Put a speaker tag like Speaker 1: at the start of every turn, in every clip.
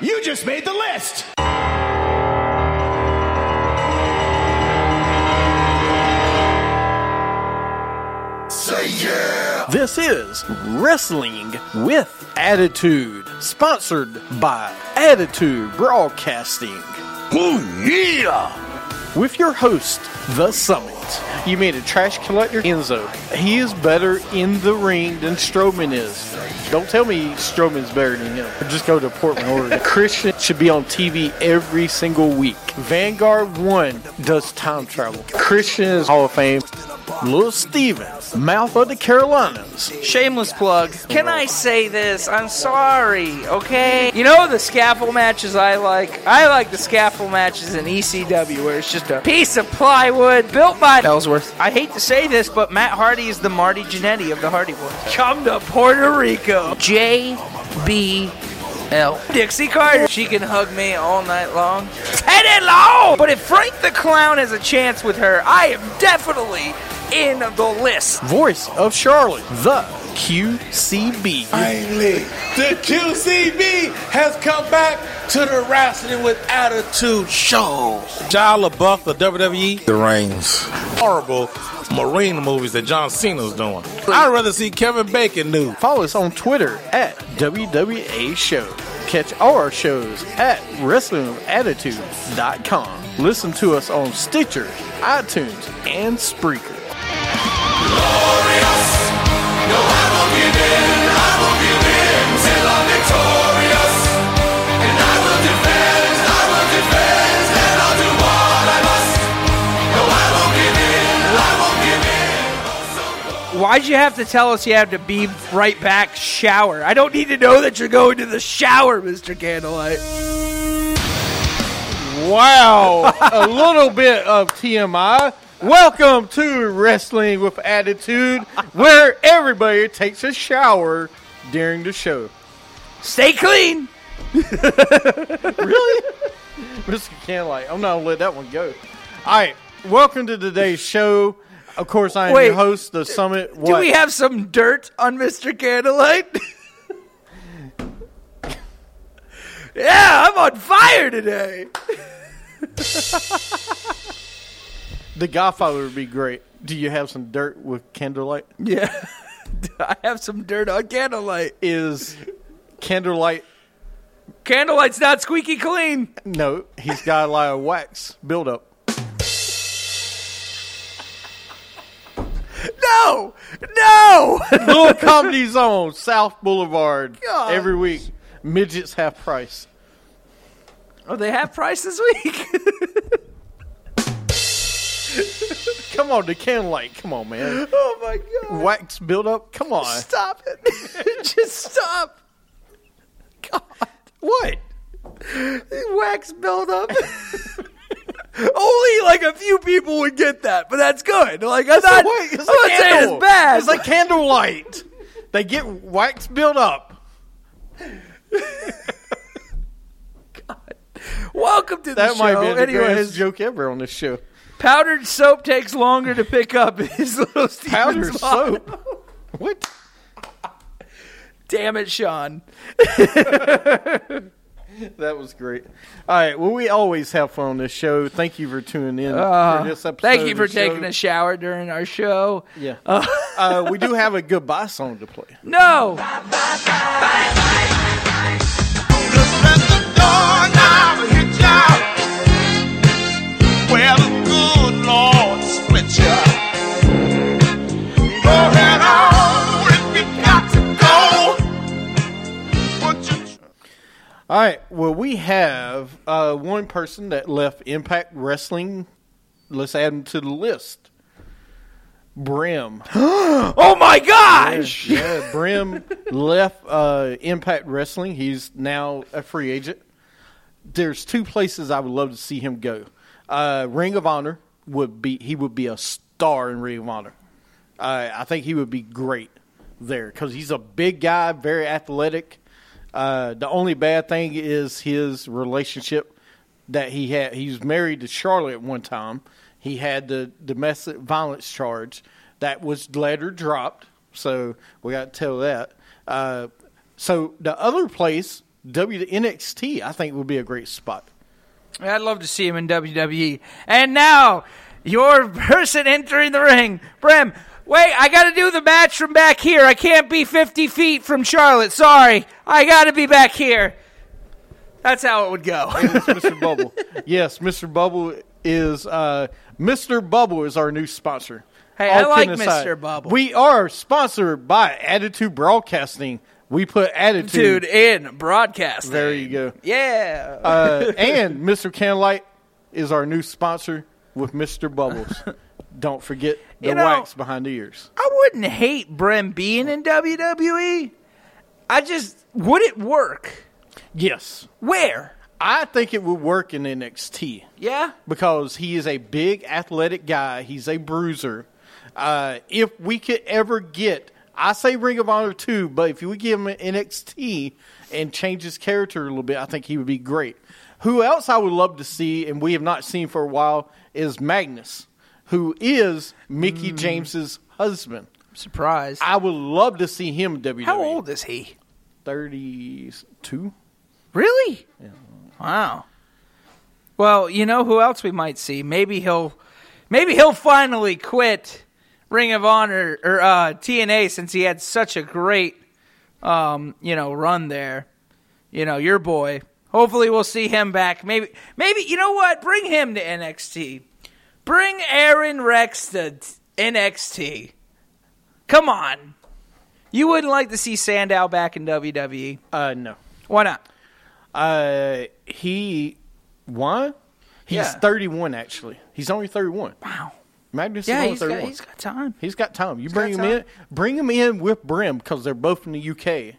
Speaker 1: You just made the list.
Speaker 2: Say yeah!
Speaker 3: This is Wrestling with Attitude, sponsored by Attitude Broadcasting.
Speaker 2: Oh yeah!
Speaker 3: With your host, The Summit. You made a trash collector, Enzo. He is better in the ring than Strowman is. Don't tell me Strowman's better than him. Just go to Portland, Oregon. Christian should be on TV every single week. Vanguard 1 does time travel. Christian is Hall of Fame. Little Steven, mouth of the Carolinas.
Speaker 4: Shameless plug. Can I say this? I'm sorry, okay? You know the scaffold matches I like? I like the scaffold matches in ECW where it's just a piece of plywood built by Ellsworth. I hate to say this, but Matt Hardy is the Marty Jannetty of the Hardy Boys. Come to Puerto Rico. JBL. Dixie Carter. She can hug me all night long. Teddy Long! But if Frank the Clown has a chance with her, I am definitely in the list.
Speaker 3: Voice of Charlotte, the QCB.
Speaker 2: Finally, the QCB has come back to the Wrestling with Attitude show. John LaBeouf, the WWE, the reigns. Horrible Marina movies that John Cena's doing. I'd rather see Kevin Bacon do.
Speaker 3: Follow us on Twitter at WWA Show. Catch all our shows at WrestlingAttitude.com. Listen to us on Stitcher, iTunes, and Spreaker.
Speaker 4: Why'd you have to tell us you have to be right back shower? I don't need to know that you're going to the shower, Mr. Candlelight.
Speaker 3: Wow, a little bit of TMI. Welcome to Wrestling with Attitude, where everybody takes a shower during the show.
Speaker 4: Stay clean.
Speaker 3: Mr. Canlight, I'm not gonna let that one go. All right, welcome to today's show. Of course, I am
Speaker 4: Wait,
Speaker 3: your host, the Summit. What?
Speaker 4: Do we have some dirt on Mr. Candlelight? yeah, I'm on fire today.
Speaker 3: the Godfather would be great. Do you have some dirt with Candlelight?
Speaker 4: Yeah. I have some dirt on Candlelight.
Speaker 3: Is Candlelight?
Speaker 4: Candlelight's not squeaky clean.
Speaker 3: No, he's got a lot of wax buildup.
Speaker 4: No! No!
Speaker 3: Little Comedy Zone, South Boulevard,
Speaker 4: Gosh.
Speaker 3: every week. Midgets half price.
Speaker 4: oh, they have price this week.
Speaker 3: Come on, the Candlelight. Come on, man.
Speaker 4: oh my god.
Speaker 3: Wax buildup. Come on.
Speaker 4: Stop it. Just stop. God.
Speaker 3: What?
Speaker 4: Wax buildup. Only like a few people would get that, but that's good. Like I'm not,
Speaker 3: Wait,
Speaker 4: I'm not saying it's bad.
Speaker 3: It's like candlelight. They get wax built up.
Speaker 4: welcome to the
Speaker 3: That
Speaker 4: show.
Speaker 3: might be the greatest
Speaker 4: Anyways,
Speaker 3: joke ever on this show.
Speaker 4: powdered soap takes longer to pick up. His little
Speaker 3: Powder
Speaker 4: Steven's motto.
Speaker 3: soap. What?
Speaker 4: Damn it, Sean.
Speaker 3: That was great. All right. Well, we always have fun on this show. Thank you for tuning in for this episode.
Speaker 4: Ah, Thank you
Speaker 3: of
Speaker 4: for
Speaker 3: the show.
Speaker 4: taking a shower during our show.
Speaker 3: Yeah. uh, we do have a goodbye song to play.
Speaker 4: No.
Speaker 2: Well, the good Lord split ya. Go head on if you got to go. But you
Speaker 3: All right. Well, we have uh, one person that left Impact Wrestling. Let's add him to the list. Brim.
Speaker 4: Oh my gosh.
Speaker 3: Yeah, Brim left uh, Impact Wrestling. He's now a free agent. There's two places I would love to see him go. Uh, Ring of Honor would be he would be a star in Ring of Honor. Uh, I think he would be great there because he's a big guy, very athletic. Uh, the only bad thing is his relationship that he had. He was married to Charlotte at one time. He had the domestic violence charge that was later dropped. So we got to tell that. Uh, so the other place W NXT, I think would be a great spot.
Speaker 4: I'd love to see him in WWE. And now, your person entering the ring, Brem. Wait, I got to do the match from back here. I can't be 50 feet from Charlotte. Sorry. I got to be back here. That's how it would go.
Speaker 3: It's Mr. Bubble. Yes, Mr. Bubble is uh, Mr. Bubble is our new sponsor.
Speaker 4: Hey, I like
Speaker 3: kidding
Speaker 4: Mr. Bubble.
Speaker 3: We are sponsored by Attitude Broadcasting. We put attitude.
Speaker 4: Dude, in broadcasting.
Speaker 3: There you go.
Speaker 4: Yeah.
Speaker 3: Uh, and Mr. Candlelight is our new sponsor with Mr. Bubbles. Don't forget the
Speaker 4: You know-
Speaker 3: wax behind the ears.
Speaker 4: I wouldn't hate Brem being in WWE. I just would it work?
Speaker 3: Yes.
Speaker 4: Where?
Speaker 3: I think it would work in NXT.
Speaker 4: Yeah.
Speaker 3: because he is a big athletic guy. He's a bruiser. Uh, if we could ever get, I say Ring of Honor too, but if we give him an NXT and change his character a little bit, I think he would be great. Who else I would love to see, and we have not seen for a while, is Magnus, who is
Speaker 4: Hmm.
Speaker 3: Mickey James's husband.
Speaker 4: I'm surprised.
Speaker 3: I would love to see him in WWE.
Speaker 4: How old is he?
Speaker 3: Thirty-two.
Speaker 4: Really? Wow. Well, you know who else we might see? Maybe he'll maybe he'll finally quit Ring of Honor or uh, TNA since he had such a great um, you know, run there. You know, your boy. Hopefully we'll see him back. Maybe maybe you know what? Bring him to NXT. Bring Aaron Rex to t- NXT. Come on. You wouldn't like to see Sandow back in WWE.
Speaker 3: Uh, no.
Speaker 4: Why not?
Speaker 3: Uh, he won. He's
Speaker 4: Yeah.
Speaker 3: 31 actually. He's only 31. Wow. Magnus is
Speaker 4: Yeah,
Speaker 3: only
Speaker 4: he's got,
Speaker 3: 31.
Speaker 4: he's got time.
Speaker 3: he's got time. You bring him
Speaker 4: got
Speaker 3: in. Bring him in with Brim because they're both in the UK.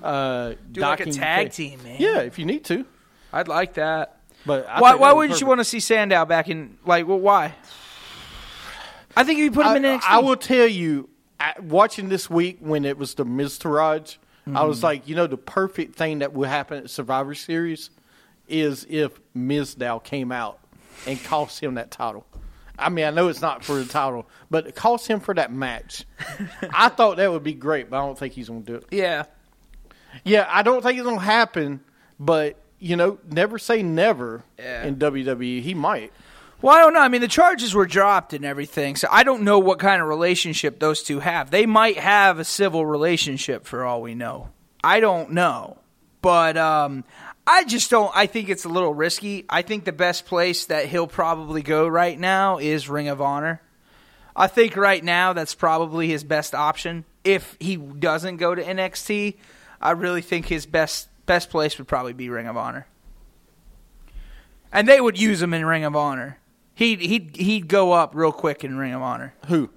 Speaker 3: Uh,
Speaker 4: Do like a
Speaker 3: docking
Speaker 4: tag
Speaker 3: UK.
Speaker 4: team, man.
Speaker 3: Yeah, if you need to.
Speaker 4: I'd like that.
Speaker 3: But I
Speaker 4: why
Speaker 3: think
Speaker 4: why
Speaker 3: that
Speaker 4: would you want to see Sandow back in? Like, well, why? I think if you put him in
Speaker 3: I,
Speaker 4: NXT,
Speaker 3: I will tell you, I, watching this week when it was the Miz Taraj, I
Speaker 4: Mm-hmm.
Speaker 3: was like, you know, the perfect thing that would happen at Survivor Series is if Mizdow came out and cost him that title. I mean, I know it's not for the title, but it cost him for that match. I thought that would be great, but I don't think he's going to do it.
Speaker 4: Yeah,
Speaker 3: Yeah, I don't think it's going to happen, but, you know, never say never
Speaker 4: Yeah.
Speaker 3: in WWE. He might.
Speaker 4: Well, I don't know. I mean, the charges were dropped and everything, so I don't know what kind of relationship those two have. They might have a civil relationship for all we know. I don't know. But um, I just don't. I think it's a little risky. I think the best place that he'll probably go right now is Ring of Honor. I think right now that's probably his best option. If he doesn't go to NXT, I really think his best best place would probably be Ring of Honor and they would use him in Ring of Honor. He'd he'd he'd go up real quick in Ring of Honor.
Speaker 3: Who?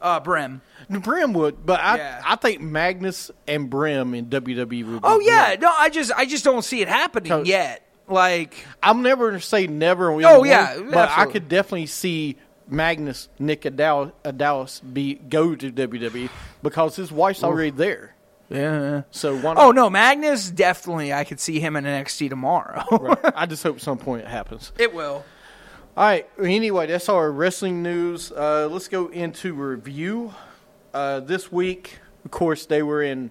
Speaker 4: Uh, Brim.
Speaker 3: Brim would, but I
Speaker 4: Yeah.
Speaker 3: I think Magnus and Brim in WWE would. Be
Speaker 4: Oh yeah,
Speaker 3: great.
Speaker 4: no, I just I just don't see it happening
Speaker 3: So-
Speaker 4: yet. Like
Speaker 3: I'm never gonna say never. and we
Speaker 4: Oh,
Speaker 3: don't win,
Speaker 4: yeah,
Speaker 3: but I
Speaker 4: absolutely.
Speaker 3: could definitely see Magnus Nick Adal- Adalis be go to WWE because his wife's already there.
Speaker 4: yeah.
Speaker 3: So why not?
Speaker 4: Oh no, Magnus definitely. I could see him in NXT tomorrow.
Speaker 3: Right. I just hope some point it happens.
Speaker 4: it will.
Speaker 3: All right. Anyway, that's our wrestling news. Uh, let's go into review. Uh, this week, of course, they were in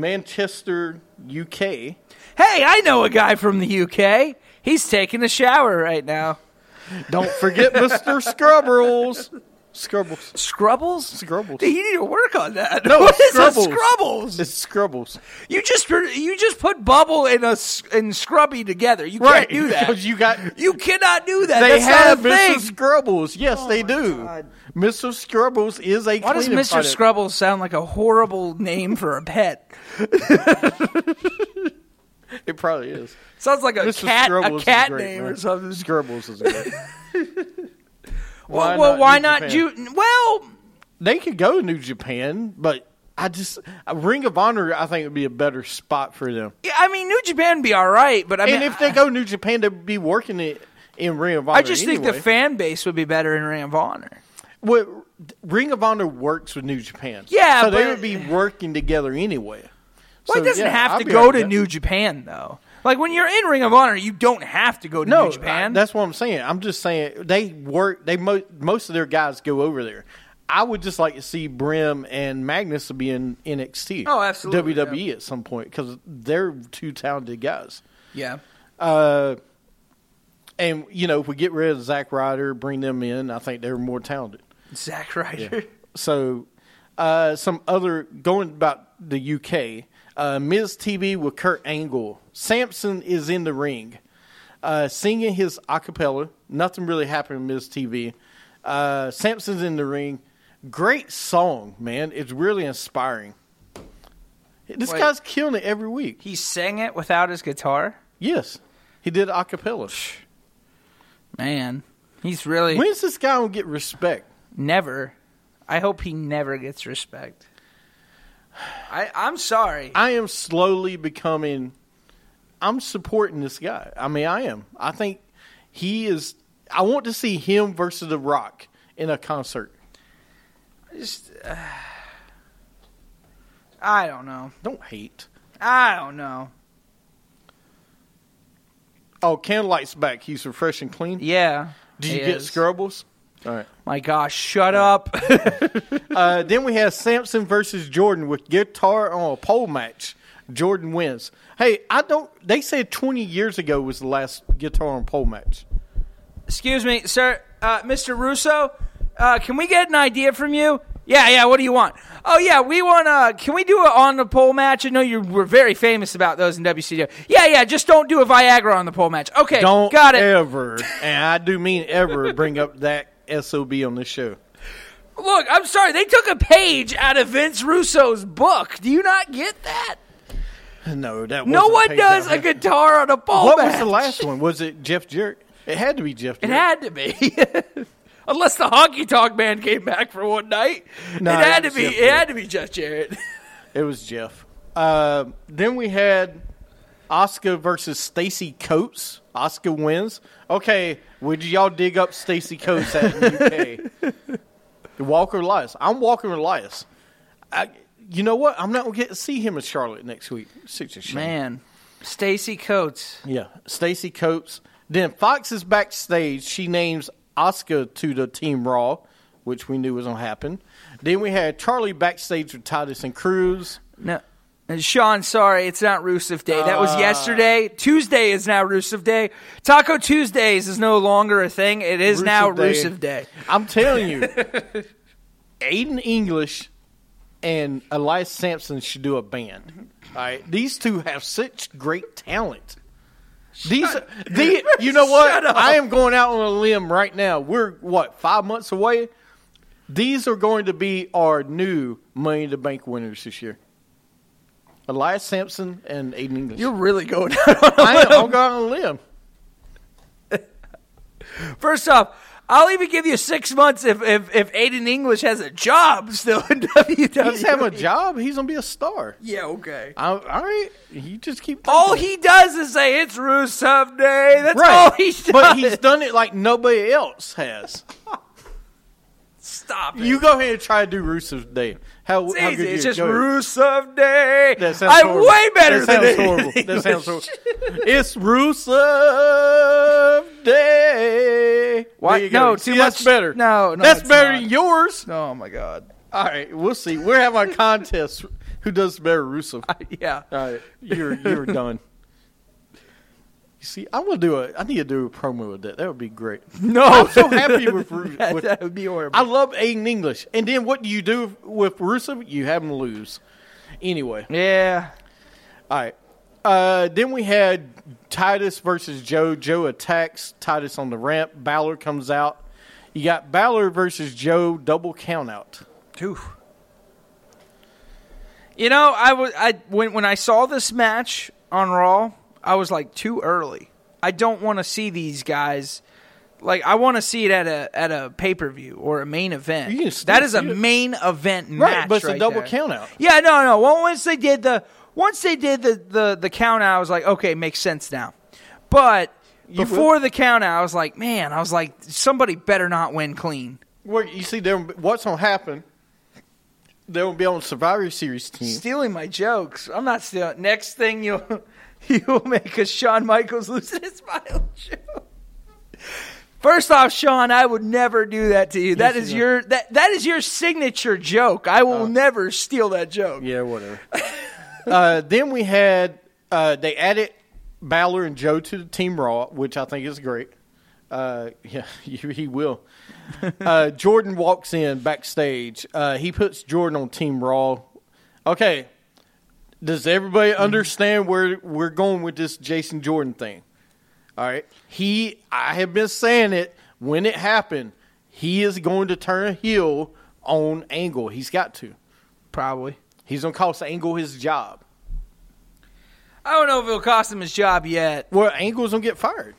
Speaker 3: Manchester, UK.
Speaker 4: Hey, I know a guy from the UK. He's taking a shower right now.
Speaker 3: Don't forget Mr. Scrubbles. Scrubbles.
Speaker 4: Scrubbles?
Speaker 3: Scrubbles.
Speaker 4: Dude, you need to work on that.
Speaker 3: No,
Speaker 4: what is a
Speaker 3: Scrubbles.
Speaker 4: Scrubbles?
Speaker 3: It's Scrubbles.
Speaker 4: You just you just put bubble and a s- and scrubby together. You can't do that.
Speaker 3: Because you got
Speaker 4: You cannot do that.
Speaker 3: they
Speaker 4: That's
Speaker 3: have
Speaker 4: not a
Speaker 3: Mr.
Speaker 4: thing. Oh
Speaker 3: Scrubbles. Yes, they
Speaker 4: my
Speaker 3: do.
Speaker 4: God.
Speaker 3: Mr. Scrubbles is a
Speaker 4: Why does
Speaker 3: cleaning
Speaker 4: Mr.
Speaker 3: product.
Speaker 4: Scrubbles sound like a horrible name for a pet?
Speaker 3: It probably is.
Speaker 4: Sounds like a
Speaker 3: Mr.
Speaker 4: cat,
Speaker 3: Scrubbles
Speaker 4: a cat
Speaker 3: is great,
Speaker 4: name
Speaker 3: man.
Speaker 4: or something.
Speaker 3: Scrubbles is great.
Speaker 4: well, well, why not?
Speaker 3: Japan?
Speaker 4: Ju- well,
Speaker 3: They could go to New Japan, but I just a Ring of Honor. I think would be a better spot for them.
Speaker 4: yeah, I mean, New Japan be all right, but I mean,
Speaker 3: and if they go New Japan, they'd be working it in Ring of Honor.
Speaker 4: I just think the
Speaker 3: anyway.
Speaker 4: fan base would be better in Ring of Honor.
Speaker 3: Well, Ring of Honor works with New Japan.
Speaker 4: Yeah,
Speaker 3: so they
Speaker 4: but-
Speaker 3: would be working together anyway.
Speaker 4: Well,
Speaker 3: So,
Speaker 4: it doesn't
Speaker 3: yeah,
Speaker 4: have
Speaker 3: I'll
Speaker 4: to
Speaker 3: be
Speaker 4: go
Speaker 3: all
Speaker 4: to
Speaker 3: right.
Speaker 4: New Japan though. Like when you're in Ring of Honor, you don't have to go to
Speaker 3: No,
Speaker 4: New Japan.
Speaker 3: I- that's what I'm saying. I'm just saying they work. They mo- most of their guys go over there. I would just like to see Brim and Magnus to be in NXT.
Speaker 4: Oh, absolutely,
Speaker 3: WWE E at some point because they're two talented guys.
Speaker 4: Yeah.
Speaker 3: Uh, and you know, if we get rid of Zack Ryder, bring them in, I think they're more talented.
Speaker 4: Zack Ryder.
Speaker 3: So, uh, some other going about the UK. Uh, Ms. TV with Kurt Angle. Samson is in the ring, uh, singing his a cappella. Nothing really happened in Ms. TV. Uh, Samson's in the ring. Great song, man. It's really inspiring. This
Speaker 4: Wait.
Speaker 3: guy's killing it every week.
Speaker 4: He sang it without his guitar?
Speaker 3: Yes, he did a cappella.
Speaker 4: Man. He's really
Speaker 3: When's this guy gonna get respect?
Speaker 4: never. I hope he never gets respect. I, I'm sorry.
Speaker 3: I am slowly becoming. I'm supporting this guy. I mean, I am. I think he is. I want to see him versus The Rock in a concert.
Speaker 4: Just, uh, I don't know.
Speaker 3: Don't hate.
Speaker 4: I don't know.
Speaker 3: Oh, candlelight's back. He's fresh and clean.
Speaker 4: Yeah.
Speaker 3: Did you
Speaker 4: he
Speaker 3: get
Speaker 4: is.
Speaker 3: Scrubbles? All right.
Speaker 4: My gosh, shut up.
Speaker 3: Uh, then we have Samson versus Jordan with guitar on a pole match. Jordan wins. Hey, I don't. They said 20 years ago was the last guitar on pole match.
Speaker 4: Excuse me, sir, uh, Mr. Russo. Uh, can we get an idea from you? Yeah, yeah. What do you want? Oh, yeah. We want. Uh, can we do a on the pole match? I know you were very famous about those in WCW. Yeah, yeah. Just don't do a Viagra on the pole match. Okay,
Speaker 3: Don't
Speaker 4: got it.
Speaker 3: ever, and I do mean ever, bring up that SOB on this show.
Speaker 4: Look, I'm sorry. They took a page out of Vince Russo's book. Do you not get that?
Speaker 3: No, that
Speaker 4: No
Speaker 3: wasn't
Speaker 4: one
Speaker 3: Page
Speaker 4: does a
Speaker 3: Down.
Speaker 4: guitar on a pole
Speaker 3: What
Speaker 4: match.
Speaker 3: was the last one? Was it Jeff Jarrett? It had to be Jeff.
Speaker 4: It
Speaker 3: Jarrett.
Speaker 4: had to be. Unless the honky tonk man came back for one night,
Speaker 3: No,
Speaker 4: it had
Speaker 3: that
Speaker 4: to
Speaker 3: was
Speaker 4: be.
Speaker 3: Jeff
Speaker 4: It had to be Jeff Jarrett.
Speaker 3: It was Jeff. Uh, then we had Oscar versus Stacy Coates. Oscar wins. Okay, would y'all dig up Stacy Coates at in the UK? Walker Elias. I'm Walker Elias. I, you know what? I'm not gonna get to see him in Charlotte next week. Such a shame.
Speaker 4: Man, Stacy Coates.
Speaker 3: Yeah, Stacy Coates. Then Fox is backstage. She names Oscar to the Team Raw, which we knew was gonna happen. Then we had Charlie backstage with Titus and Cruz.
Speaker 4: No. And Sean, sorry, it's not Rusev Day. That was yesterday. Tuesday is now Rusev Day. Taco Tuesdays is no longer a thing. It is now Rusev Day.
Speaker 3: I'm telling you, Aiden English and Elias Sampson should do a band. All right, these two have such great talent. These, the, you know what?
Speaker 4: Shut up.
Speaker 3: I am going out on a limb right now. We're what five months away. These are going to be our new Money in the Bank winners this year. Elias Sampson and Aiden English.
Speaker 4: You're really going out on
Speaker 3: I am, I'm going out on a limb.
Speaker 4: First off, I'll even give you six months if, if, if Aiden English has a job still in WWE.
Speaker 3: He's having a job. He's gonna be a star.
Speaker 4: Yeah, okay.
Speaker 3: I, all right, you just keep.
Speaker 4: All
Speaker 3: thinking.
Speaker 4: he does is say, it's Rusev Day. That's all he does.
Speaker 3: But he's done it like nobody else has.
Speaker 4: Stop it.
Speaker 3: You go ahead and try to do Rusev's day. How,
Speaker 4: It's
Speaker 3: how
Speaker 4: easy.
Speaker 3: good
Speaker 4: It's
Speaker 3: you
Speaker 4: just
Speaker 3: go ahead.
Speaker 4: Rusev Day.
Speaker 3: That sounds
Speaker 4: I'm
Speaker 3: horrible.
Speaker 4: way better
Speaker 3: that
Speaker 4: than
Speaker 3: sounds
Speaker 4: Aiden
Speaker 3: horrible. That sounds
Speaker 4: English.
Speaker 3: horrible. It's Rusev Day.
Speaker 4: Why-
Speaker 3: There you go.
Speaker 4: no,
Speaker 3: See,
Speaker 4: too
Speaker 3: that's
Speaker 4: much-
Speaker 3: better.
Speaker 4: no, no,
Speaker 3: that's
Speaker 4: it's
Speaker 3: better
Speaker 4: not.
Speaker 3: than yours.
Speaker 4: Oh my god.
Speaker 3: All right, we'll see. We're having a contest. Who does better, Rusev?
Speaker 4: Yeah.
Speaker 3: All right, you're you're done. You see, I'm gonna do a. I need to do a promo with that. That would be great.
Speaker 4: No.
Speaker 3: I'm so happy with Ru-
Speaker 4: that,
Speaker 3: with
Speaker 4: that would be horrible.
Speaker 3: I love Aiden English. And then what do you do with Rusev? You have him lose. Anyway,
Speaker 4: yeah.
Speaker 3: all right. Uh, then we had Titus versus Joe. Joe attacks Titus on the ramp. Balor comes out. You got Balor versus Joe double count out.
Speaker 4: You know, I was I when when I saw this match on Raw, I was like too early. I don't want to see these guys. Like I want to see it at a at a pay per view or a main event.
Speaker 3: You can still
Speaker 4: that is a
Speaker 3: see it.
Speaker 4: main event
Speaker 3: Right,
Speaker 4: match,
Speaker 3: but it's a
Speaker 4: right
Speaker 3: double
Speaker 4: there.
Speaker 3: count out.
Speaker 4: Yeah, no, no. Well, once they did the once they did the the the count out, I was like, okay, makes sense now. But
Speaker 3: would?
Speaker 4: before the count out, I was like, man, I was like, somebody better not win clean.
Speaker 3: Where you see there, what's gonna happen? They will be on Survivor Series team.
Speaker 4: stealing my jokes. I'm not stealing. Next thing you'll you'll make a Shawn Michaels losing his smile joke. First off, Sean, I would never do that to you. That is your that that is your signature joke. I will never steal that joke.
Speaker 3: Uh. Yeah, whatever. uh, then we had uh, they added Balor and Joe to the Team Raw, which I think is great. Uh, yeah, you, he will. Uh, Jordan walks in backstage. Uh, he puts Jordan on Team Raw. Okay, does everybody understand where we're going with this Jason Jordan thing? All right, he. I have been saying it when it happened. He is going to turn heel on Angle. He's got to.
Speaker 4: Probably.
Speaker 3: He's gonna cost Angle his job.
Speaker 4: I don't know if it'll cost him his job yet.
Speaker 3: Well, Angle's gonna get fired.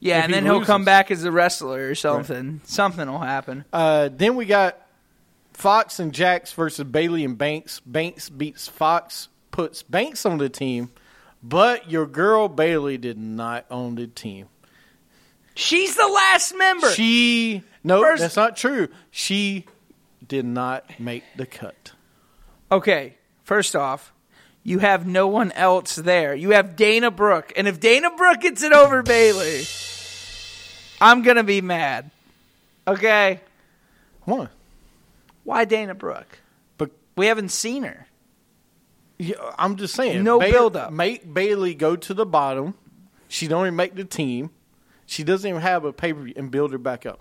Speaker 4: Yeah,
Speaker 3: If
Speaker 4: and
Speaker 3: he
Speaker 4: then he'll
Speaker 3: loses.
Speaker 4: come back as a wrestler or something. Something will happen.
Speaker 3: Uh, then we got Fox and Jax versus Bailey and Banks. Banks beats Fox, puts Banks on the team, but your girl Bailey did not on the team.
Speaker 4: She's the last member.
Speaker 3: She no,
Speaker 4: First-
Speaker 3: that's not true. She did not make the cut.
Speaker 4: Okay, first off, you have no one else there. You have Dana Brooke, and if Dana Brooke gets it over Bailey, I'm gonna be mad. Okay,
Speaker 3: One.
Speaker 4: why Dana Brooke?
Speaker 3: But
Speaker 4: We haven't seen her.
Speaker 3: yeah, I'm just saying,
Speaker 4: No
Speaker 3: Ba-
Speaker 4: buildup.
Speaker 3: Make Bailey go to the bottom. She don't even make the team. She doesn't even have a paper and build her back up.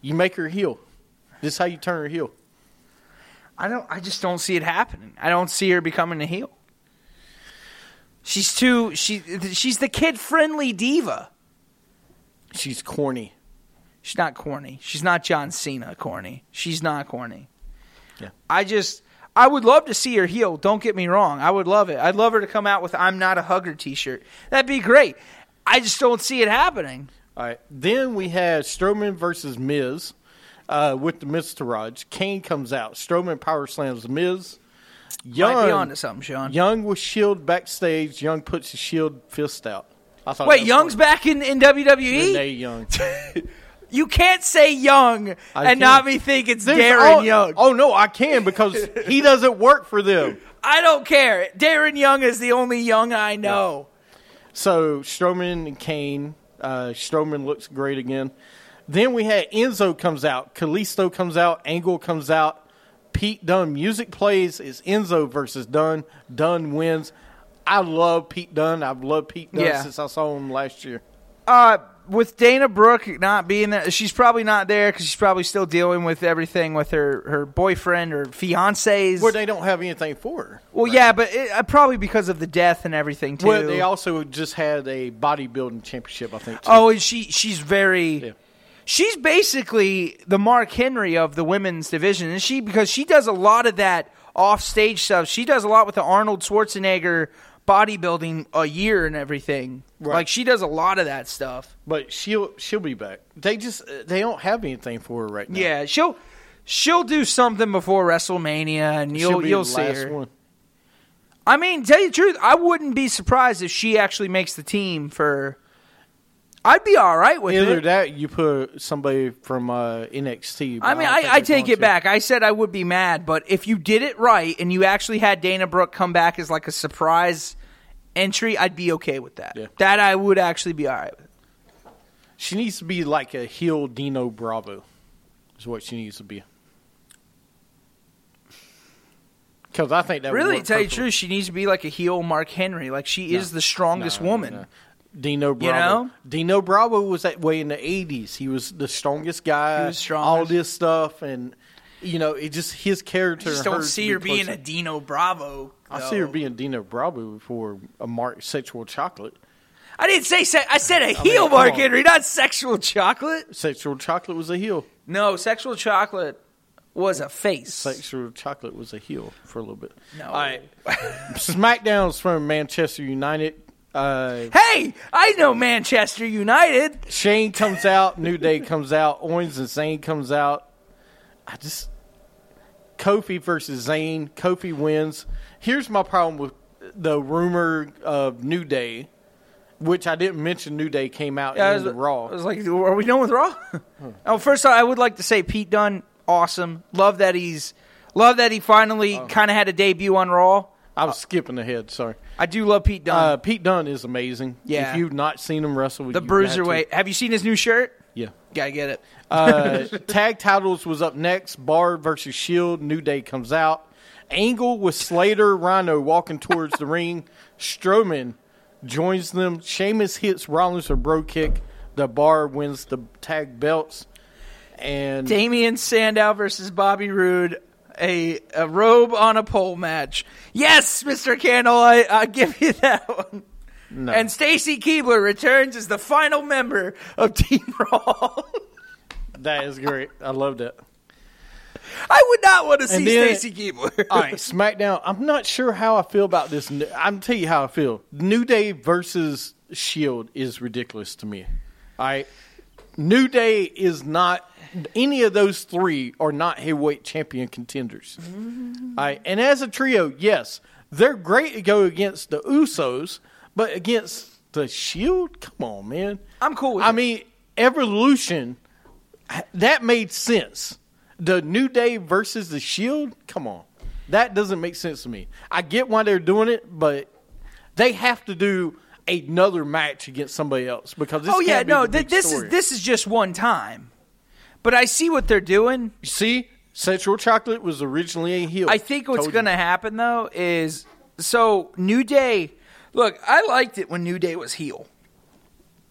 Speaker 3: You make her heel. This is how you turn her heel.
Speaker 4: I don't. I just don't see it happening. I don't see her becoming a heel. She's too. She she's the kid friendly diva.
Speaker 3: She's corny.
Speaker 4: She's not corny. She's not John Cena corny. She's not corny.
Speaker 3: Yeah.
Speaker 4: I just I would love to see her heel. Don't get me wrong. I would love it. I'd love her to come out with I'm not a hugger t-shirt. That'd be great. I just don't see it happening.
Speaker 3: All right. Then we had Strowman versus Miz uh, with the Miztourage. Kane comes out. Strowman power slams Miz. Young,
Speaker 4: Might be onto something, Sean.
Speaker 3: Young was Shield backstage. Young puts his Shield fist out. I thought
Speaker 4: Wait,
Speaker 3: that was
Speaker 4: Young's back in, in WWE?
Speaker 3: Renee Young.
Speaker 4: You can't say Young and
Speaker 3: can't.
Speaker 4: not be thinking it's
Speaker 3: There's-
Speaker 4: Darren
Speaker 3: oh,
Speaker 4: Young.
Speaker 3: Oh no, I can because he doesn't work for them.
Speaker 4: I don't care. Darren Young is the only Young I know.
Speaker 3: So Strowman and Kane. Uh, Strowman looks great again. Then we had Enzo comes out, Kalisto comes out, Angle comes out, Pete Dunne music plays. It's Enzo versus Dunn. Dunn wins. I love Pete Dunn. I've loved Pete Dunn
Speaker 4: Yeah.
Speaker 3: since I saw him last year.
Speaker 4: uh, with Dana Brooke not being there, she's probably not there because she's probably still dealing with everything with her, her boyfriend or fiance's.
Speaker 3: Where they don't have anything for her.
Speaker 4: well, yeah, but it, uh, probably because of the death and everything too.
Speaker 3: Well, they also just had a bodybuilding championship, I think. Too.
Speaker 4: oh, and she she's very.
Speaker 3: Yeah.
Speaker 4: She's basically the Mark Henry of the women's division, and she because she does a lot of that off-stage stuff. She does a lot with the Arnold Schwarzenegger bodybuilding a year and everything.
Speaker 3: Right.
Speaker 4: Like she does a lot of that stuff.
Speaker 3: but she'll she'll be back. They just uh, they don't have anything for her right now.
Speaker 4: Yeah, she'll she'll do something before WrestleMania, and
Speaker 3: She'll
Speaker 4: you'll
Speaker 3: be
Speaker 4: you'll
Speaker 3: the
Speaker 4: see
Speaker 3: last
Speaker 4: her.
Speaker 3: one.
Speaker 4: I mean, tell you the truth, I wouldn't be surprised if she actually makes the team for. I'd be all right with
Speaker 3: Either
Speaker 4: it.
Speaker 3: that, you put somebody from uh, NXT. but
Speaker 4: I mean,
Speaker 3: don't think
Speaker 4: I, I
Speaker 3: they're
Speaker 4: take
Speaker 3: going
Speaker 4: it
Speaker 3: to.
Speaker 4: back. I said I would be mad, but if you did it right and you actually had Dana Brooke come back as like a surprise entry, I'd be okay with that.
Speaker 3: Yeah.
Speaker 4: That I would actually be all right with.
Speaker 3: She needs to be like a heel Dino Bravo, is what she needs to be. Because I think that would
Speaker 4: Really,
Speaker 3: work
Speaker 4: to tell you the
Speaker 3: perfectly.
Speaker 4: truth, she needs to be like a heel Mark Henry. Like she is the strongest woman.
Speaker 3: Dino Bravo.
Speaker 4: know?
Speaker 3: Dino Bravo was that way in the eighties. He was the strongest guy.
Speaker 4: He was strongest.
Speaker 3: All this stuff, and you know, it just his character.
Speaker 4: I just
Speaker 3: and
Speaker 4: don't
Speaker 3: hers
Speaker 4: see
Speaker 3: be
Speaker 4: her being
Speaker 3: closer.
Speaker 4: a Dino Bravo.
Speaker 3: I see her
Speaker 4: though.
Speaker 3: being Dino Bravo for a mark sexual chocolate.
Speaker 4: I didn't say se- I said a heel
Speaker 3: come
Speaker 4: Mark
Speaker 3: on.
Speaker 4: Henry, not sexual chocolate.
Speaker 3: Sexual chocolate was a heel.
Speaker 4: No, sexual chocolate was a face.
Speaker 3: Sexual chocolate was a heel for a little bit.
Speaker 4: No.
Speaker 3: All right. SmackDown's from Manchester United. Uh,
Speaker 4: Hey, I know Manchester United.
Speaker 3: Shane comes out. New Day comes out. Owens and Zane comes out. I just Kofi versus Zane. Kofi wins. Here's my problem with the rumor of New Day, which I didn't mention. New Day came out
Speaker 4: I
Speaker 3: in
Speaker 4: was,
Speaker 3: the Raw. Hmm.
Speaker 4: I was like, are we done with Raw? oh, first, I would like to say Pete
Speaker 3: Oh.
Speaker 4: Dunne, awesome. Love that he's love that he finally kind of had a debut on Raw.
Speaker 3: I was skipping ahead. Sorry.
Speaker 4: I do love Pete Dunne.
Speaker 3: Uh, Pete Dunne is amazing.
Speaker 4: Yeah.
Speaker 3: If you've not seen him wrestle,
Speaker 4: the
Speaker 3: you have to.
Speaker 4: Bruiserweight. Have you seen his new shirt?
Speaker 3: Yeah.
Speaker 4: Gotta get it.
Speaker 3: Uh, tag titles was up next. Bar versus Shield. E New Day comes out. Angle with Slater, Rhino walking towards the ring. Strowman joins them. Sheamus hits Rollins a bro kick. The Bar wins the tag belts. And
Speaker 4: Damian Sandow versus Bobby Roode, a, a robe on a pole match. Yes, Mr. Candle, I, I give you that one. And Stacy Keebler returns as the final member of Team Raw.
Speaker 3: that is great. I loved it.
Speaker 4: I would not want to see
Speaker 3: And then-
Speaker 4: Stacy Keebler.
Speaker 3: All right, SmackDown. I'm not sure how I feel about this. New- I'm tell you how I feel. New Day versus Shield E is ridiculous to me. All right, New Day is not any of those three are not heavyweight champion contenders.
Speaker 4: Mm-hmm.
Speaker 3: All right, and as a trio, yes, they're great to go against the Usos, but against the Shield, E come on, man.
Speaker 4: I'm cool with
Speaker 3: I
Speaker 4: it.
Speaker 3: mean, Evolution that made sense. The New Day versus the Shield, come on. That doesn't make sense to me. I get why they're doing it, but they have to do another match against somebody else because this
Speaker 4: Oh yeah,
Speaker 3: can't be
Speaker 4: no,
Speaker 3: the
Speaker 4: th-
Speaker 3: big
Speaker 4: this
Speaker 3: story.
Speaker 4: is this is just one time. But I see what they're doing.
Speaker 3: You see, Central Chocolate was originally a heel.
Speaker 4: I think what's
Speaker 3: Told you.
Speaker 4: going to happen though is so New Day. Look, I liked it when New Day was heel.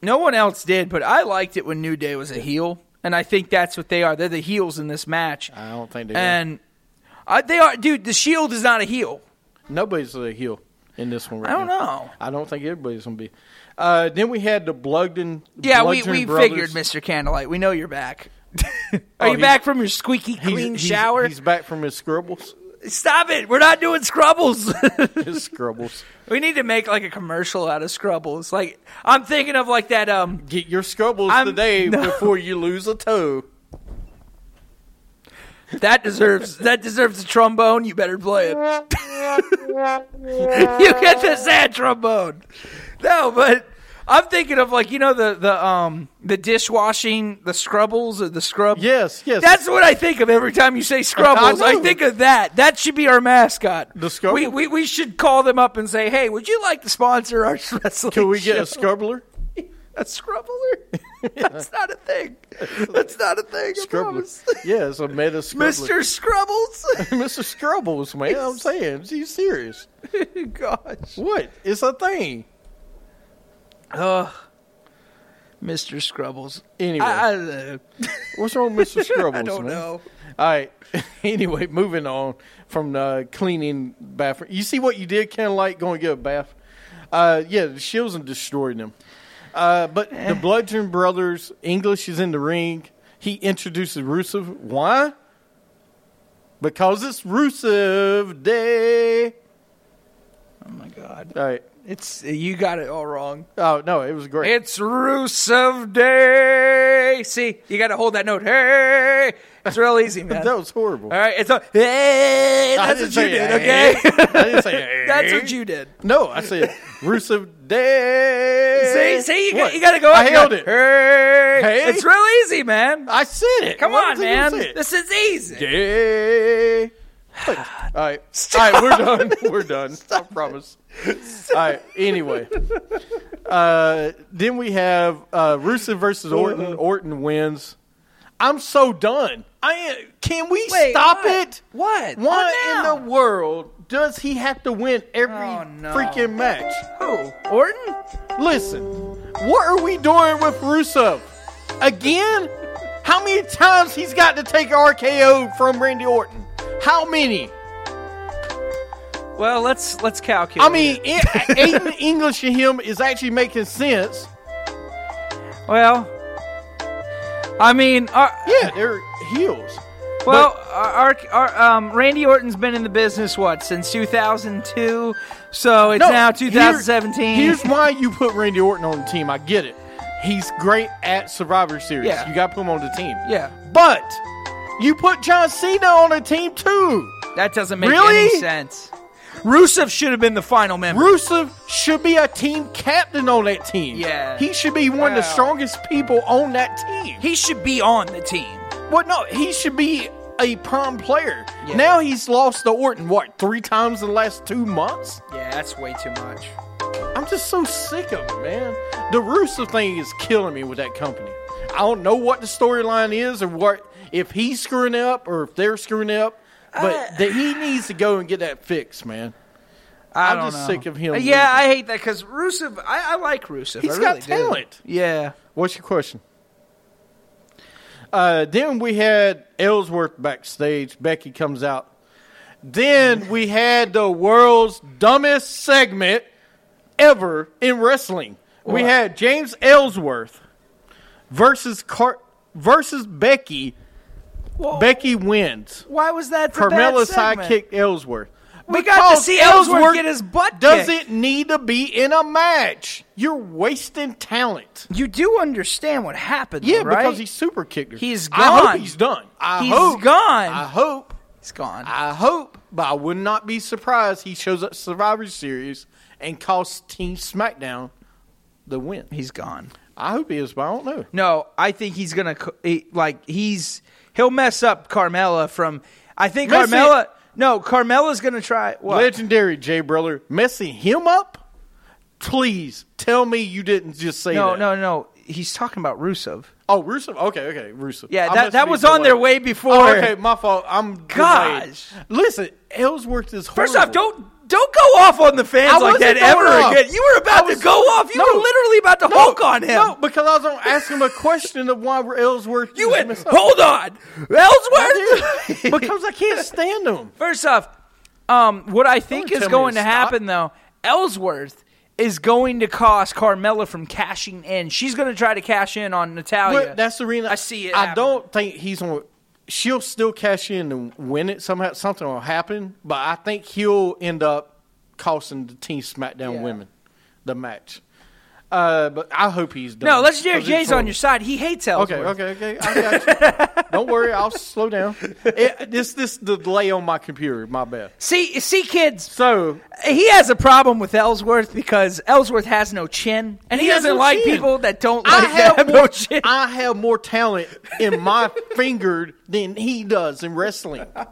Speaker 4: No one else did, but I liked it when New Day was a heel, and I think that's what they are. They're the heels in this match.
Speaker 3: I don't think they. are.
Speaker 4: And I, they are, dude. The Shield is not a heel.
Speaker 3: Nobody's a heel in this one. Right
Speaker 4: I don't
Speaker 3: now.
Speaker 4: know.
Speaker 3: I don't think everybody's gonna be. Uh, then we had the Blugden.
Speaker 4: Yeah, we,
Speaker 3: Bludgeon
Speaker 4: we
Speaker 3: Brothers.
Speaker 4: figured, Mister Candlelight. We know you're back. are
Speaker 3: Oh,
Speaker 4: you
Speaker 3: he's-
Speaker 4: back from your squeaky
Speaker 3: He's-
Speaker 4: clean
Speaker 3: he's-
Speaker 4: shower?
Speaker 3: He's back from his scribbles.
Speaker 4: Stop it! We're not doing scrubbles.
Speaker 3: His scribbles.
Speaker 4: we need to make like a commercial out of scrubbles. Like I'm thinking of like that. Um,
Speaker 3: Get your scrubbles
Speaker 4: I'm-
Speaker 3: today
Speaker 4: no.
Speaker 3: before you lose a toe.
Speaker 4: that deserves that deserves a trombone. You better play it. you get the sad trombone. No, but I'm thinking of like you know the the um the dishwashing the scrubbles or the scrub.
Speaker 3: Yes, yes.
Speaker 4: That's what I think of every time you say Scrubbles.
Speaker 3: I
Speaker 4: I,
Speaker 3: know.
Speaker 4: think of that. That should be our mascot.
Speaker 3: The Scrubble?
Speaker 4: We, we, we should call them up and say, hey, would you like to sponsor our wrestling
Speaker 3: Can we get
Speaker 4: show?
Speaker 3: a scurbler?
Speaker 4: A scrubbler? That's not a thing. That's not a thing. I promise.
Speaker 3: Yeah, it's a meta scurbler.
Speaker 4: Mr. Scrubbles?
Speaker 3: Mr. Scrubbles, man. I'm saying, are you serious?
Speaker 4: Gosh.
Speaker 3: What? It's a thing.
Speaker 4: Ugh. Mr. Scrubbles.
Speaker 3: Anyway.
Speaker 4: I, I-
Speaker 3: What's wrong with Mr. Scrubbles,
Speaker 4: I don't
Speaker 3: man?
Speaker 4: know.
Speaker 3: All right. anyway, moving on from the cleaning bathroom. You see what you did, kind of like going to get a bath. Uh, yeah, the shields and destroyed them. Uh, but
Speaker 4: Eh.
Speaker 3: the Bludgeon Brothers, English is in the ring. He introduces Rusev. Why? Because it's Rusev Day.
Speaker 4: Oh my God.
Speaker 3: All right.
Speaker 4: It's You got it all wrong.
Speaker 3: Oh no, it was great.
Speaker 4: It's Rusev Day. See, you got to hold that note. Hey, it's real easy, man.
Speaker 3: that was horrible.
Speaker 4: All right, it's a hey.
Speaker 3: I
Speaker 4: Eh. That's
Speaker 3: didn't
Speaker 4: what you
Speaker 3: say
Speaker 4: did,
Speaker 3: hey.
Speaker 4: okay?
Speaker 3: I didn't say
Speaker 4: that's
Speaker 3: hey.
Speaker 4: what you did.
Speaker 3: No, I said Rusev Day.
Speaker 4: See, see, you,
Speaker 3: What?
Speaker 4: got, you got to go.
Speaker 3: I
Speaker 4: out and
Speaker 3: held
Speaker 4: go,
Speaker 3: it.
Speaker 4: Hey.
Speaker 3: Hey.
Speaker 4: it's real easy, man.
Speaker 3: I said it.
Speaker 4: Come
Speaker 3: What
Speaker 4: on,
Speaker 3: did I
Speaker 4: man.
Speaker 3: say?
Speaker 4: This is easy.
Speaker 3: Yay. All right. All right, we're done. We're done. I promise. All right, anyway. Uh, then we have uh, Rusev versus
Speaker 4: Uh-huh.
Speaker 3: Orton. Orton wins. I'm so done. I ain't- Can we
Speaker 4: Wait,
Speaker 3: stop
Speaker 4: what?
Speaker 3: it?
Speaker 4: What?
Speaker 3: Why
Speaker 4: What
Speaker 3: in
Speaker 4: now?
Speaker 3: the world does he have to win every
Speaker 4: Oh, no.
Speaker 3: freaking match?
Speaker 4: Who? Orton?
Speaker 3: Listen, what are we doing with Rusev? Again? How many times he's got to take RKO from Randy Orton? How many?
Speaker 4: Well, let's let's calculate.
Speaker 3: I mean, it, Aiden English to him is actually making sense.
Speaker 4: well, I mean, our,
Speaker 3: Yeah, they're heels.
Speaker 4: Well, our, our, our, um, Randy Orton's been in the business what since 2002, so it's
Speaker 3: No,
Speaker 4: now
Speaker 3: here-
Speaker 4: 2017.
Speaker 3: here's why you put Randy Orton on the team. I get it. He's great at Survivor Series.
Speaker 4: Yeah.
Speaker 3: You got to put him on the team.
Speaker 4: yeah,
Speaker 3: But you put John Cena on the team too.
Speaker 4: that doesn't make
Speaker 3: Really?
Speaker 4: any sense. Rusev should have been the final member.
Speaker 3: Rusev should be a team captain on that team.
Speaker 4: Yeah.
Speaker 3: He should be one of the
Speaker 4: Wow.
Speaker 3: strongest people on that team.
Speaker 4: he should be on the team.
Speaker 3: Well, no, he should be a prime player.
Speaker 4: Yeah.
Speaker 3: Now he's lost to Orton what three times in the last two months.
Speaker 4: Yeah, that's way too much.
Speaker 3: I'm just so sick of it, man. The Russo thing is killing me with that company. I don't know what the storyline is or what if he's screwing up or if they're screwing up, but
Speaker 4: Uh,
Speaker 3: that he needs to go and get that fixed, man.
Speaker 4: I
Speaker 3: I'm
Speaker 4: don't
Speaker 3: just
Speaker 4: know.
Speaker 3: sick of him
Speaker 4: Yeah,
Speaker 3: losing.
Speaker 4: I hate that because Rusev. I, I like Rusev.
Speaker 3: He's
Speaker 4: I
Speaker 3: got
Speaker 4: really do.
Speaker 3: talent.
Speaker 4: Yeah.
Speaker 3: What's your question? Uh, then we had Ellsworth backstage. Becky comes out. Then we had the world's dumbest segment ever in wrestling. We
Speaker 4: What?
Speaker 3: had James Ellsworth versus Car- versus Becky.
Speaker 4: Well,
Speaker 3: Becky wins.
Speaker 4: why was that the
Speaker 3: Carmella's
Speaker 4: bad segment?
Speaker 3: sidekick Ellsworth.
Speaker 4: We got to see Ellsworth get his butt
Speaker 3: Doesn't need to be in a match. You're wasting talent.
Speaker 4: You do understand what happened,
Speaker 3: Yeah,
Speaker 4: though, right?
Speaker 3: because he super kicked her.
Speaker 4: He's
Speaker 3: I
Speaker 4: gone.
Speaker 3: hope he's done. I
Speaker 4: He's
Speaker 3: hope.
Speaker 4: gone.
Speaker 3: I hope.
Speaker 4: he's gone.
Speaker 3: I hope. But I would not be surprised he shows up Survivor Series and costs Team SmackDown the win.
Speaker 4: he's gone.
Speaker 3: I hope he is, but I don't know.
Speaker 4: No, I think he's gonna co- he- like he's he'll mess up Carmella from. I think
Speaker 3: Mess it.
Speaker 4: Carmella. No, Carmella's gonna try. What?
Speaker 3: Legendary Jay Brother messing him up. Please tell me you didn't just say
Speaker 4: no,
Speaker 3: that.
Speaker 4: no, no. He's talking about Rusev.
Speaker 3: Oh, Rusev. Okay, okay, Rusev.
Speaker 4: Yeah,
Speaker 3: I
Speaker 4: that-
Speaker 3: must
Speaker 4: that
Speaker 3: be
Speaker 4: was
Speaker 3: so
Speaker 4: on their
Speaker 3: late.
Speaker 4: way before.
Speaker 3: Oh, okay, my fault. I'm
Speaker 4: Gosh.
Speaker 3: delayed. Listen, Ellsworth is horrible.
Speaker 4: First off, don't don't go off on the fans
Speaker 3: I
Speaker 4: like that
Speaker 3: wasn't going
Speaker 4: ever
Speaker 3: off.
Speaker 4: again. You were about to go off. You
Speaker 3: no.
Speaker 4: were literally about to
Speaker 3: No,
Speaker 4: Hulk on him.
Speaker 3: No, Oh, because I was gonna ask him a question of why Ellsworth.
Speaker 4: you
Speaker 3: is
Speaker 4: went.
Speaker 3: messed up.
Speaker 4: Hold on,
Speaker 3: I
Speaker 4: Ellsworth.
Speaker 3: did. because I can't stand him.
Speaker 4: First off, um, what I think
Speaker 3: Don't
Speaker 4: is
Speaker 3: tell me
Speaker 4: going
Speaker 3: to
Speaker 4: to
Speaker 3: stop.
Speaker 4: happen though, Ellsworth is going to cost Carmella from cashing in. She's going to try to cash in on Natalia.
Speaker 3: But that's the reason
Speaker 4: I see it
Speaker 3: I
Speaker 4: happen.
Speaker 3: don't think he's on. She'll still cash in and win it somehow. Something will happen, but I think he'll end up costing the team SmackDown
Speaker 4: Yeah.
Speaker 3: women the match. Uh, but I hope he's done.
Speaker 4: No, Legendary
Speaker 3: 'cause he's
Speaker 4: Jay's on
Speaker 3: horrible.
Speaker 4: your side. He hates
Speaker 3: Okay,
Speaker 4: Ellsworth.
Speaker 3: okay, okay. I got you. Don't worry, I'll slow down. It, this this the delay on my computer. My bad.
Speaker 4: See, see, kids,
Speaker 3: So
Speaker 4: he has a problem with Ellsworth because Ellsworth has no chin, and he,
Speaker 3: He has
Speaker 4: doesn't
Speaker 3: no
Speaker 4: like
Speaker 3: chin.
Speaker 4: people that don't
Speaker 3: I
Speaker 4: like that
Speaker 3: have
Speaker 4: have
Speaker 3: more,
Speaker 4: no chin.
Speaker 3: I have more talent in my finger than he does in wrestling. All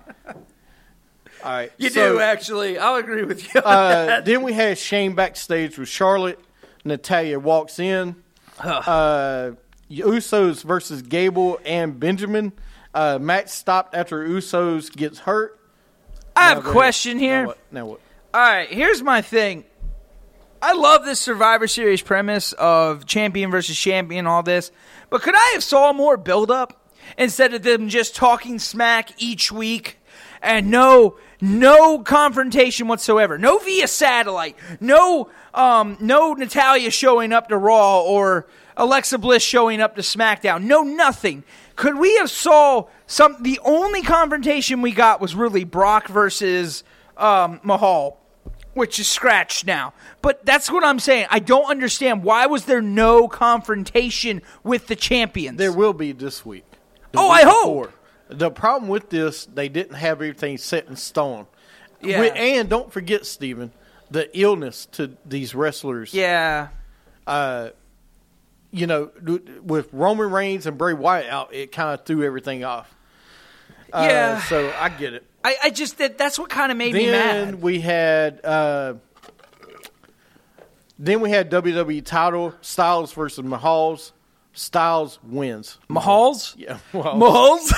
Speaker 3: right,
Speaker 4: you
Speaker 3: so,
Speaker 4: do actually. I'll agree with you. on that.
Speaker 3: Uh, then we had Shane backstage with Charlotte. Natalia walks in. Uh, Usos versus Gable and Benjamin. Uh, match stopped after Usos gets hurt.
Speaker 4: I have
Speaker 3: Now
Speaker 4: a
Speaker 3: go ahead.
Speaker 4: question here.
Speaker 3: Now what? Now what?
Speaker 4: All right, here's my thing. I love this Survivor Series premise of champion versus champion, all this, but could I have saw more build up instead of them just talking smack each week and no no confrontation whatsoever, no via satellite, no um, no Natalia showing up to Raw or Alexa Bliss showing up to SmackDown, no nothing. Could we have saw some? The only confrontation we got was really Brock versus um, Mahal which is scratched now. But that's what I'm saying. I don't understand why was there no confrontation with the champions?
Speaker 3: There will be this week. The
Speaker 4: Oh,
Speaker 3: week
Speaker 4: I hope.
Speaker 3: The problem with this, they didn't have everything set in stone.
Speaker 4: Yeah.
Speaker 3: Wi- and don't forget, Stephen, the illness to these wrestlers.
Speaker 4: yeah.
Speaker 3: You know, d- with Roman Reigns and Bray Wyatt out, it kind of threw everything off. Uh,
Speaker 4: yeah.
Speaker 3: So I get it.
Speaker 4: I, I just that that's what kind of made me
Speaker 3: Then
Speaker 4: mad.
Speaker 3: we had. Uh, then we had WWE title Styles versus Mahal's. Styles wins.
Speaker 4: Mahal's?
Speaker 3: Yeah, well,
Speaker 4: Mahal's?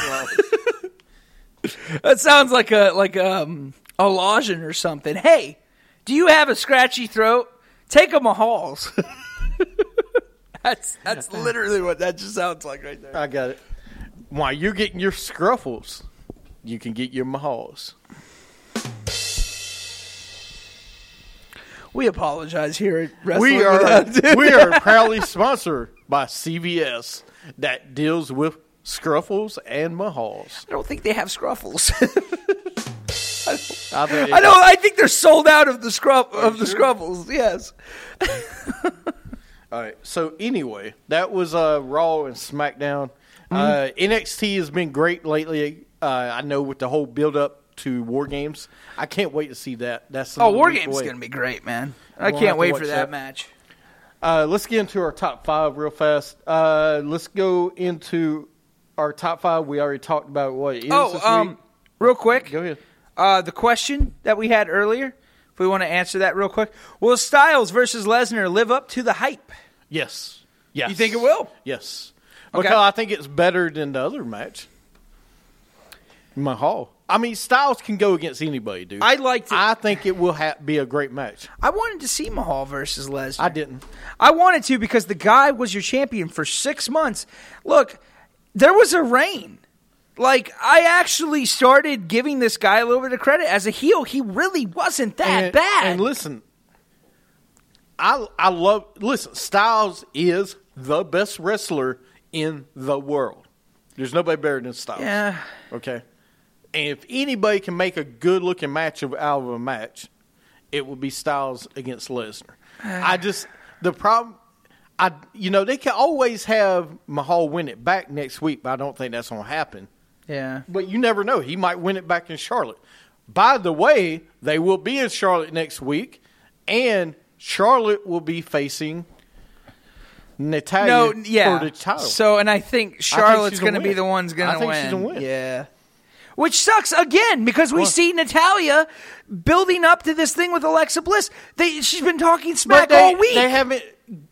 Speaker 4: that sounds like a like um a lozenge or something. Hey, do you have a scratchy throat? Take a Mahal's. that's that's literally what that just sounds like right there.
Speaker 3: I got it. While you're getting your scruffles, you can get your mahals.
Speaker 4: We apologize here at Wrestling
Speaker 3: We are
Speaker 4: Without-
Speaker 3: we are proudly sponsored by CVS that deals with scruffles and mahals.
Speaker 4: I don't think they have scruffles.
Speaker 3: I think
Speaker 4: I don't. I think they're sold out of the scruff of the scruffles. Yes.
Speaker 3: All right. So anyway, that was uh, Raw and SmackDown.
Speaker 4: Mm-hmm.
Speaker 3: Uh, NXT has been great lately. Uh, I know with the whole build up to War Games, I can't wait to see that. That's
Speaker 4: Oh,
Speaker 3: another
Speaker 4: War
Speaker 3: week
Speaker 4: Games is
Speaker 3: away.
Speaker 4: gonna be great, man.
Speaker 3: We'll
Speaker 4: I
Speaker 3: have
Speaker 4: can't
Speaker 3: to
Speaker 4: wait for
Speaker 3: watch
Speaker 4: that
Speaker 3: that.
Speaker 4: match.
Speaker 3: Uh, let's get into our top five real fast. Uh, let's go into Our top five, we already talked about what it is
Speaker 4: Oh,
Speaker 3: this
Speaker 4: um,
Speaker 3: week.
Speaker 4: real quick.
Speaker 3: Go ahead.
Speaker 4: Uh, the question that we had earlier, if we want to answer that real quick, will Styles versus Lesnar live up to the hype?
Speaker 3: Yes. Yes.
Speaker 4: You think it will?
Speaker 3: Yes.
Speaker 4: Okay.
Speaker 3: Because I think it's better than the other match. My hall. I mean, Styles can go against anybody, dude.
Speaker 4: I liked it.
Speaker 3: I think it will ha- be a great match.
Speaker 4: I wanted to see Mahal versus Lesnar.
Speaker 3: I didn't.
Speaker 4: I wanted to because the guy was your champion for six months. Look, there was a reign. Like I actually started giving this guy a little bit of credit as a heel. He really wasn't that
Speaker 3: and,
Speaker 4: bad.
Speaker 3: And listen, I I love listen. Styles is the best wrestler in the world. There's nobody better than Styles.
Speaker 4: Yeah.
Speaker 3: Okay. And if anybody can make a good looking match of, out of a match, it will be Styles against Lesnar. I just the problem. I you know they can always have Mahal win it back next week, but I don't think that's gonna happen.
Speaker 4: yeah.
Speaker 3: But you never know. He might win it back in Charlotte. By the way, they will be in Charlotte next week, and Charlotte will be facing Natalia
Speaker 4: No, n- yeah.
Speaker 3: for the title.
Speaker 4: So, and I think Charlotte's
Speaker 3: she's
Speaker 4: going
Speaker 3: gonna
Speaker 4: to be
Speaker 3: win.
Speaker 4: the one's going
Speaker 3: I
Speaker 4: to
Speaker 3: think
Speaker 4: win.
Speaker 3: she's gonna win.
Speaker 4: Yeah. Which sucks again because we see Natalia building up to this thing with Alexa Bliss. They, she's been talking smack
Speaker 3: but they,
Speaker 4: all week.
Speaker 3: they haven't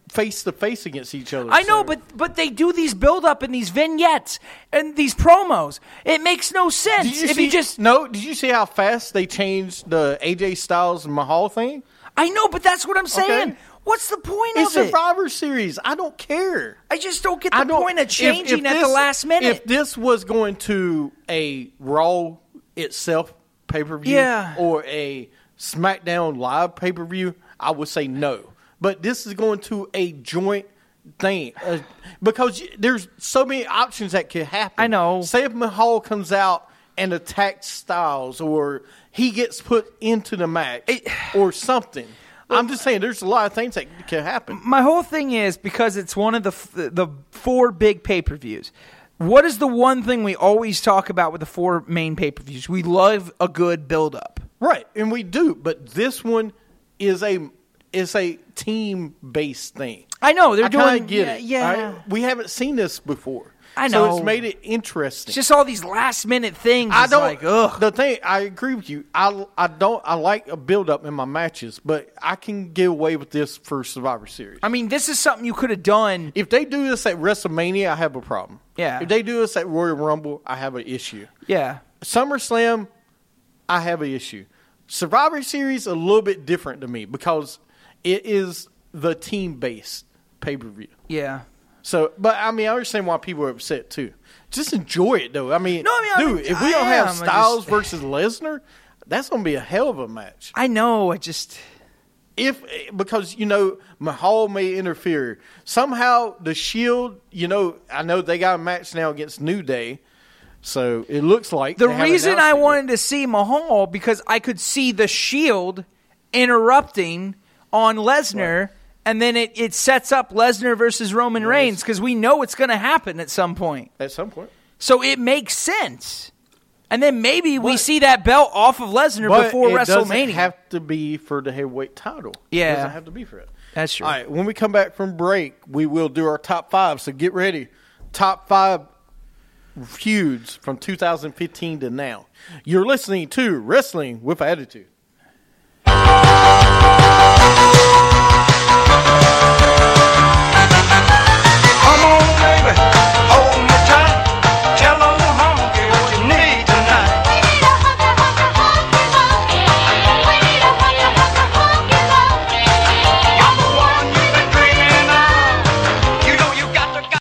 Speaker 3: face to face against each other.
Speaker 4: I know,
Speaker 3: so-
Speaker 4: but but they do these build up and these vignettes and these promos. It makes no sense
Speaker 3: Did you
Speaker 4: if
Speaker 3: see,
Speaker 4: you just.
Speaker 3: no, did you see how fast they changed the AJ Styles and Mahal thing?
Speaker 4: I know, but that's what I'm saying.
Speaker 3: Okay.
Speaker 4: What's the point
Speaker 3: It's
Speaker 4: of it?
Speaker 3: Survivor Series. I don't care.
Speaker 4: I just don't get the
Speaker 3: I don't
Speaker 4: point of
Speaker 3: if-
Speaker 4: changing
Speaker 3: if
Speaker 4: at
Speaker 3: this-
Speaker 4: the last minute.
Speaker 3: If this was going to a Raw itself pay per view,
Speaker 4: Yeah.
Speaker 3: or a SmackDown live pay per view, I would say no. But this is going to a joint thing uh, because y- there's so many options that could happen.
Speaker 4: I know.
Speaker 3: Say if Mahal comes out and attacks Styles, or he gets put into the match, or something. I'm just saying, there's a lot of things that could happen.
Speaker 4: my whole thing is because it's one of the f- the four big pay per views. What is the one thing we always talk about with the four main pay per views? We love a good build up.
Speaker 3: Right, and we do, but this one is a is a team based thing.
Speaker 4: I know they're
Speaker 3: I kinda
Speaker 4: doing.
Speaker 3: get
Speaker 4: yeah,
Speaker 3: it.
Speaker 4: yeah.
Speaker 3: all right? we haven't seen this before.
Speaker 4: I
Speaker 3: so
Speaker 4: know.
Speaker 3: it's made it interesting.
Speaker 4: It's just all these last minute things.
Speaker 3: I
Speaker 4: It's
Speaker 3: don't.
Speaker 4: Like, ugh.
Speaker 3: The thing I agree with you. I I don't. I like a build up in my matches, but I can get away with this for Survivor Series.
Speaker 4: I mean, this is something you could have done.
Speaker 3: if they do this at WrestleMania, I have a problem.
Speaker 4: Yeah.
Speaker 3: If they do this at Royal Rumble, I have an issue.
Speaker 4: Yeah.
Speaker 3: SummerSlam, I have an issue. Survivor Series a little bit different to me because it is the team based pay per view.
Speaker 4: Yeah.
Speaker 3: So, but I mean, I understand why people are upset too. Just enjoy it though. I mean,
Speaker 4: No, I mean, I
Speaker 3: dude,
Speaker 4: mean,
Speaker 3: if we
Speaker 4: I
Speaker 3: don't
Speaker 4: am, I
Speaker 3: have
Speaker 4: just-
Speaker 3: Styles versus Lesnar, that's gonna be a hell of a match.
Speaker 4: I know. I just.
Speaker 3: If because you know Mahal may interfere somehow, the Shield. You know, I know they got a match now against New Day, so it looks like
Speaker 4: The
Speaker 3: they haven't
Speaker 4: reason
Speaker 3: announced
Speaker 4: I
Speaker 3: it yet.
Speaker 4: wanted to see Mahal because I could see the shield interrupting on Lesnar, and then it, it sets up Lesnar versus Roman Reigns because we know it's going to happen at some point.
Speaker 3: at some point.
Speaker 4: So it makes sense. And then maybe we see that belt off of Lesnar before
Speaker 3: it
Speaker 4: WrestleMania.
Speaker 3: Doesn't have to be for the heavyweight title.
Speaker 4: Yeah.
Speaker 3: it doesn't have to be for it.
Speaker 4: That's true.
Speaker 3: All right, when we come back from break, we will do our top five. So get ready, top five feuds from 2015 to now. You're listening to Wrestling with Attitude.